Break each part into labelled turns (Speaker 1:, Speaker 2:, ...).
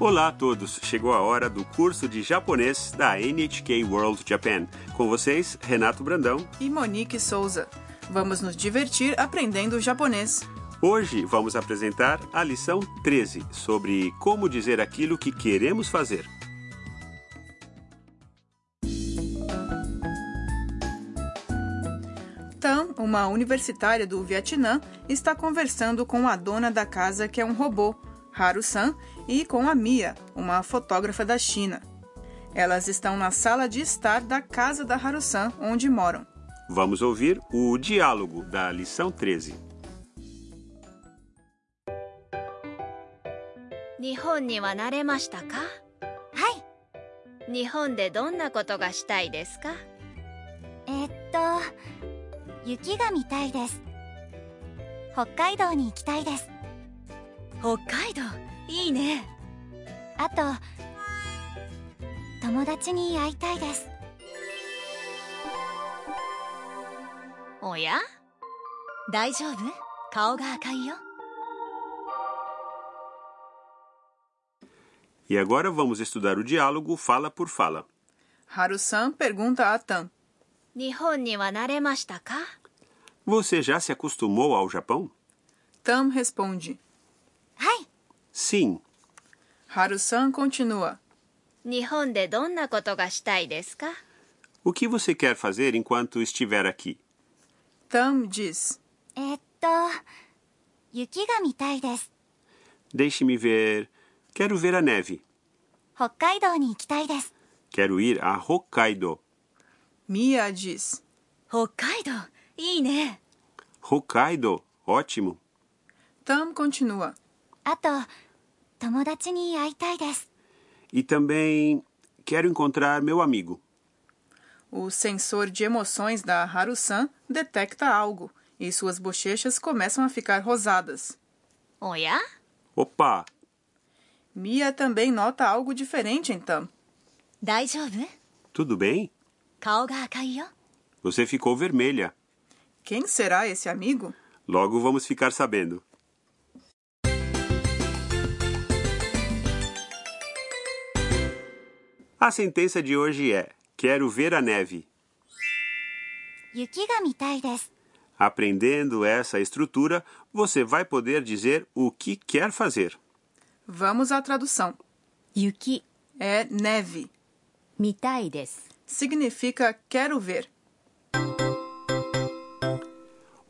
Speaker 1: Olá a todos! Chegou a hora do curso de japonês da NHK World Japan. Com vocês, Renato Brandão.
Speaker 2: E Monique Souza. Vamos nos divertir aprendendo o japonês.
Speaker 1: Hoje vamos apresentar a lição 13 sobre como dizer aquilo que queremos fazer.
Speaker 2: Tan, uma universitária do Vietnã, está conversando com a dona da casa, que é um robô, Haru-san, e com a Mia, uma fotógrafa da China. Elas estão na sala de estar da casa da Haru-san, onde moram.
Speaker 1: Vamos ouvir o diálogo da lição 13.
Speaker 3: 日本には慣れましたかはい日本でどんなことがしたいですか
Speaker 4: えっと雪が見たいです北海道に行きたいです
Speaker 3: 北海道いいね
Speaker 4: あと友達に会いたいです
Speaker 3: おや大丈夫顔が赤いよ
Speaker 1: E agora vamos estudar o diálogo fala por fala.
Speaker 2: Haru-san pergunta a Tan:
Speaker 3: 日本には慣れましたか
Speaker 1: Você já se acostumou ao Japão?
Speaker 2: Tan responde.
Speaker 4: はい
Speaker 1: Sim.
Speaker 2: Haru-san continua.
Speaker 3: 日本でどんなことがしたいですか
Speaker 1: O que você quer fazer enquanto estiver aqui?
Speaker 2: Tan diz.
Speaker 4: えっと雪が見たいです
Speaker 1: Deixe-me ver. Quero ver a neve.
Speaker 4: 北海道に行きたいです
Speaker 1: Quero ir a Hokkaido.
Speaker 2: Mia diz.
Speaker 3: 北海道いいね
Speaker 1: Hokkaido, ótimo.
Speaker 2: Tan continua.
Speaker 4: あと友達に会いたいです
Speaker 1: E também quero encontrar meu amigo.
Speaker 2: O sensor de emoções da Haru-san detecta algo e suas bochechas começam a ficar rosadas.
Speaker 3: おや
Speaker 1: Opa!
Speaker 2: Mia também nota algo diferente então. em Tam.
Speaker 3: 大丈夫
Speaker 1: Tudo bem?
Speaker 3: 顔が赤いよ
Speaker 1: Você ficou vermelha.
Speaker 2: Quem será esse amigo?
Speaker 1: Logo vamos ficar sabendo. A sentença de hoje é: Quero ver a neve.
Speaker 4: 雪が見たいです
Speaker 1: Aprendendo essa estrutura, você vai poder dizer o que quer fazer.
Speaker 2: Vamos à tradução.
Speaker 3: 雪
Speaker 2: É neve.
Speaker 3: 見たいです
Speaker 2: Significa quero ver.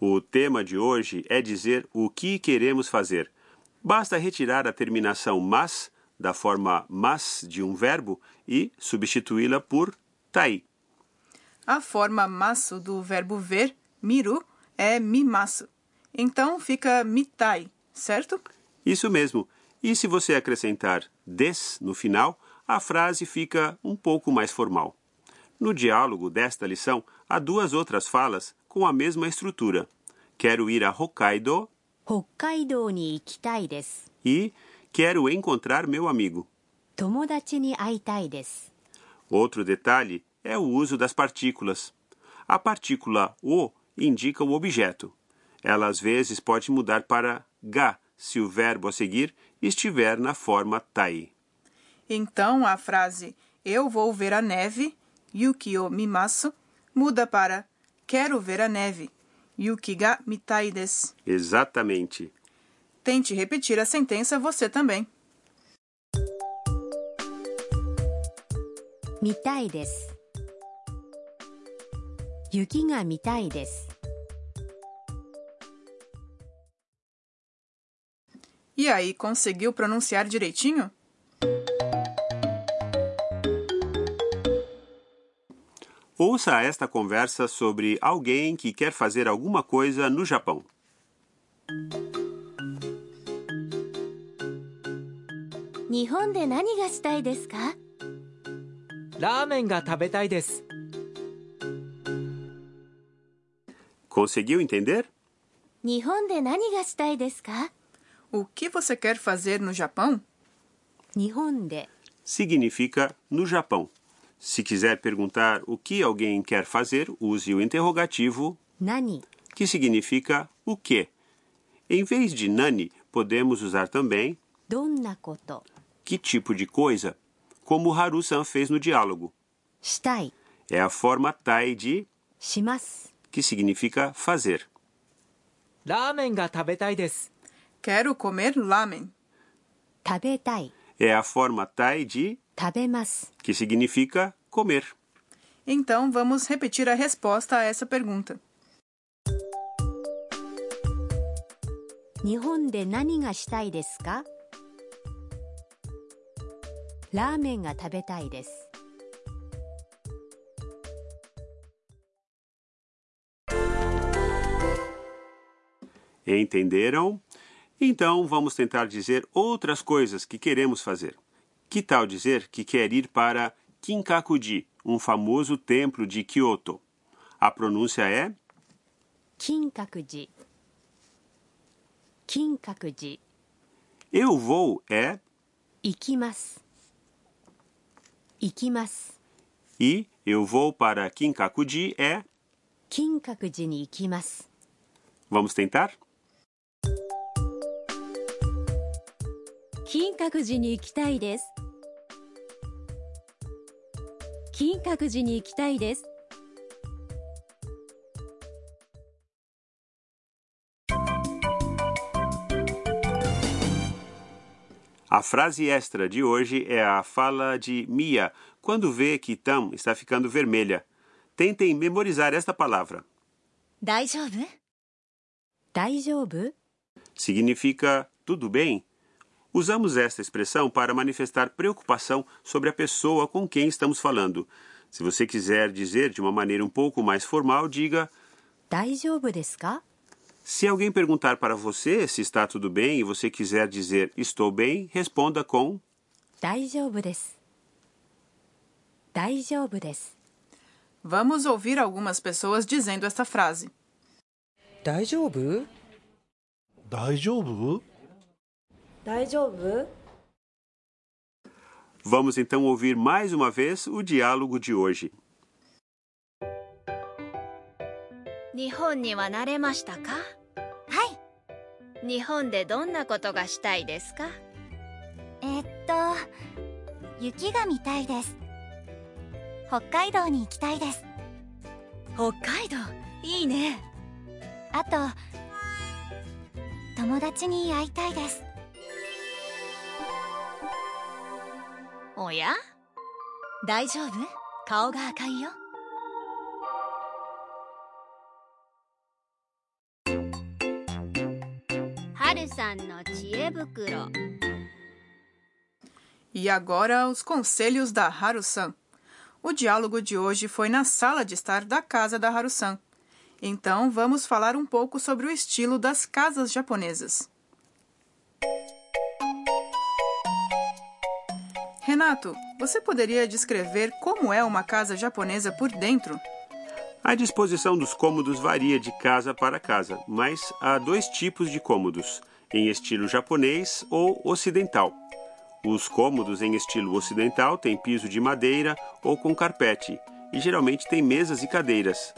Speaker 1: O tema de hoje é dizer o que queremos fazer. Basta retirar a terminação mas da forma mas de um verbo e substituí-la por tai.
Speaker 2: A forma maço do verbo ver, miru, é mimaço. Então fica mitai, certo?
Speaker 1: Isso mesmo. E se você acrescentar des no final, a frase fica um pouco mais formal. No diálogo desta lição, há duas outras falas com a mesma estrutura. Quero ir a Hokkaido
Speaker 3: 北海道に行きたいです
Speaker 1: e quero encontrar meu amigo.
Speaker 3: 友達に会いたいです
Speaker 1: Outro detalhe é o uso das partículas. A partícula o indica o objeto. Ela às vezes pode mudar para ga se o verbo a seguir estiver na forma tai.
Speaker 2: Então a frase eu vou ver a neve, yuki o mimasu, muda para quero ver a neve, yuki ga mitai desu.
Speaker 1: Exatamente.
Speaker 2: Tente repetir a sentença você também.
Speaker 3: 見たいです雪が見たいです
Speaker 2: E aí, conseguiu pronunciar direitinho?
Speaker 1: Ouça esta conversa sobre alguém que quer fazer alguma coisa no Japão.
Speaker 4: 日本で何がしたいですか
Speaker 5: ラーメンが食べたいです。
Speaker 1: Conseguiu entender?
Speaker 4: 日本で何がしたいですか
Speaker 2: O que você quer fazer no Japão?
Speaker 3: 日本で
Speaker 1: Significa no Japão. Se quiser perguntar o que alguém quer fazer, use o interrogativo
Speaker 3: 何
Speaker 1: que significa o que. Em vez de nani, podemos usar também
Speaker 3: どんなこと
Speaker 1: que tipo de coisa, como Haru-san fez no diálogo.
Speaker 6: したい
Speaker 1: É a forma tai de
Speaker 6: します
Speaker 1: que significa fazer.
Speaker 5: ラーメンが食べたいです
Speaker 2: Quero comer lamen.
Speaker 6: 食べたい
Speaker 1: É a forma tai de
Speaker 6: 食べます
Speaker 1: que significa comer.
Speaker 2: Então vamos repetir a resposta a essa pergunta.
Speaker 6: 日本で何がしたいですかラーメンが食べたいです
Speaker 1: Entenderam? Então vamos tentar dizer outras coisas que queremos fazer. Que tal dizer que quer ir para Kinkakuji, um famoso templo de Kyoto? A pronúncia é
Speaker 6: 金閣寺金閣寺
Speaker 1: eu vou é
Speaker 6: 行きます行きます
Speaker 1: e eu vou para Kinkakuji é.
Speaker 6: 金閣寺に行きます
Speaker 1: Vamos tentar?
Speaker 6: 金閣寺に行きたいです金閣寺に行きたいです
Speaker 1: A frase extra de hoje é a fala de Mia quando vê que Tam está ficando vermelha. Tentem memorizar esta palavra.
Speaker 4: 大丈夫
Speaker 6: 大丈夫
Speaker 1: significa tudo bem. Usamos esta expressão para manifestar preocupação sobre a pessoa com quem estamos falando. Se você quiser dizer de uma maneira um pouco mais formal, diga:
Speaker 6: 大丈夫ですか
Speaker 1: se alguém perguntar para você se está tudo bem e você quiser dizer estou bem, responda com.
Speaker 6: 大丈夫です大丈夫です
Speaker 2: Vamos ouvir algumas pessoas dizendo esta frase.
Speaker 7: 大丈夫
Speaker 8: 大丈夫
Speaker 9: 大丈夫
Speaker 1: Vamos então ouvir mais uma vez o diálogo de hoje.
Speaker 3: 日本には慣れましたかはい日本でどんなことがしたいですか
Speaker 4: えっと雪が見たいです北海道に行きたいです
Speaker 9: 北海道いいね
Speaker 4: あと友達に会いたいです
Speaker 3: おや
Speaker 9: 大丈夫顔が赤いよ
Speaker 2: E agora os conselhos da Haru-san. O diálogo de hoje foi na sala de estar da casa da Haru-san. Então vamos falar um pouco sobre o estilo das casas japonesas. Renato, você poderia descrever como é uma casa japonesa por dentro?
Speaker 1: A disposição dos cômodos varia de casa para casa, mas há dois tipos de cômodos, em estilo japonês ou ocidental. Os cômodos em estilo ocidental têm piso de madeira ou com carpete e geralmente têm mesas e cadeiras.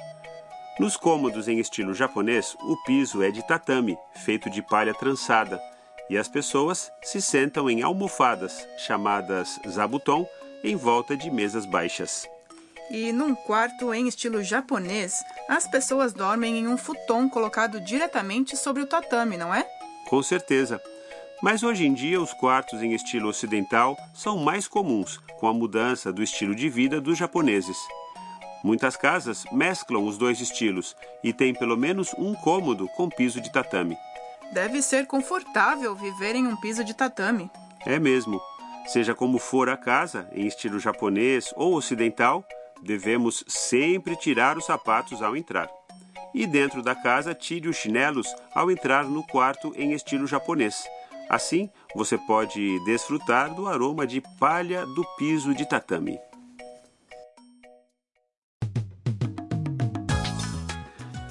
Speaker 1: Nos cômodos em estilo japonês, o piso é de tatame, feito de palha trançada, e as pessoas se sentam em almofadas, chamadas zabuton, em volta de mesas baixas.
Speaker 2: E num quarto em estilo japonês, as pessoas dormem em um futon colocado diretamente sobre o tatame, não é?
Speaker 1: Com certeza. Mas hoje em dia, os quartos em estilo ocidental são mais comuns, com a mudança do estilo de vida dos japoneses. Muitas casas mesclam os dois estilos e têm pelo menos um cômodo com piso de tatame.
Speaker 2: Deve ser confortável viver em um piso de tatame.
Speaker 1: É mesmo. Seja como for a casa, em estilo japonês ou ocidental, devemos sempre tirar os sapatos ao entrar. E dentro da casa, tire os chinelos ao entrar no quarto em estilo japonês. Assim, você pode desfrutar do aroma de palha do piso de tatame.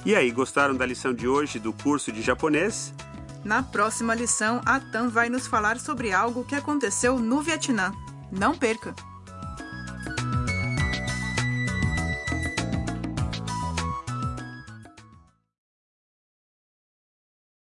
Speaker 1: E aí, gostaram da lição de hoje do curso de japonês?
Speaker 2: Na próxima lição, a Tam vai nos falar sobre algo que aconteceu no Vietnã. Não perca!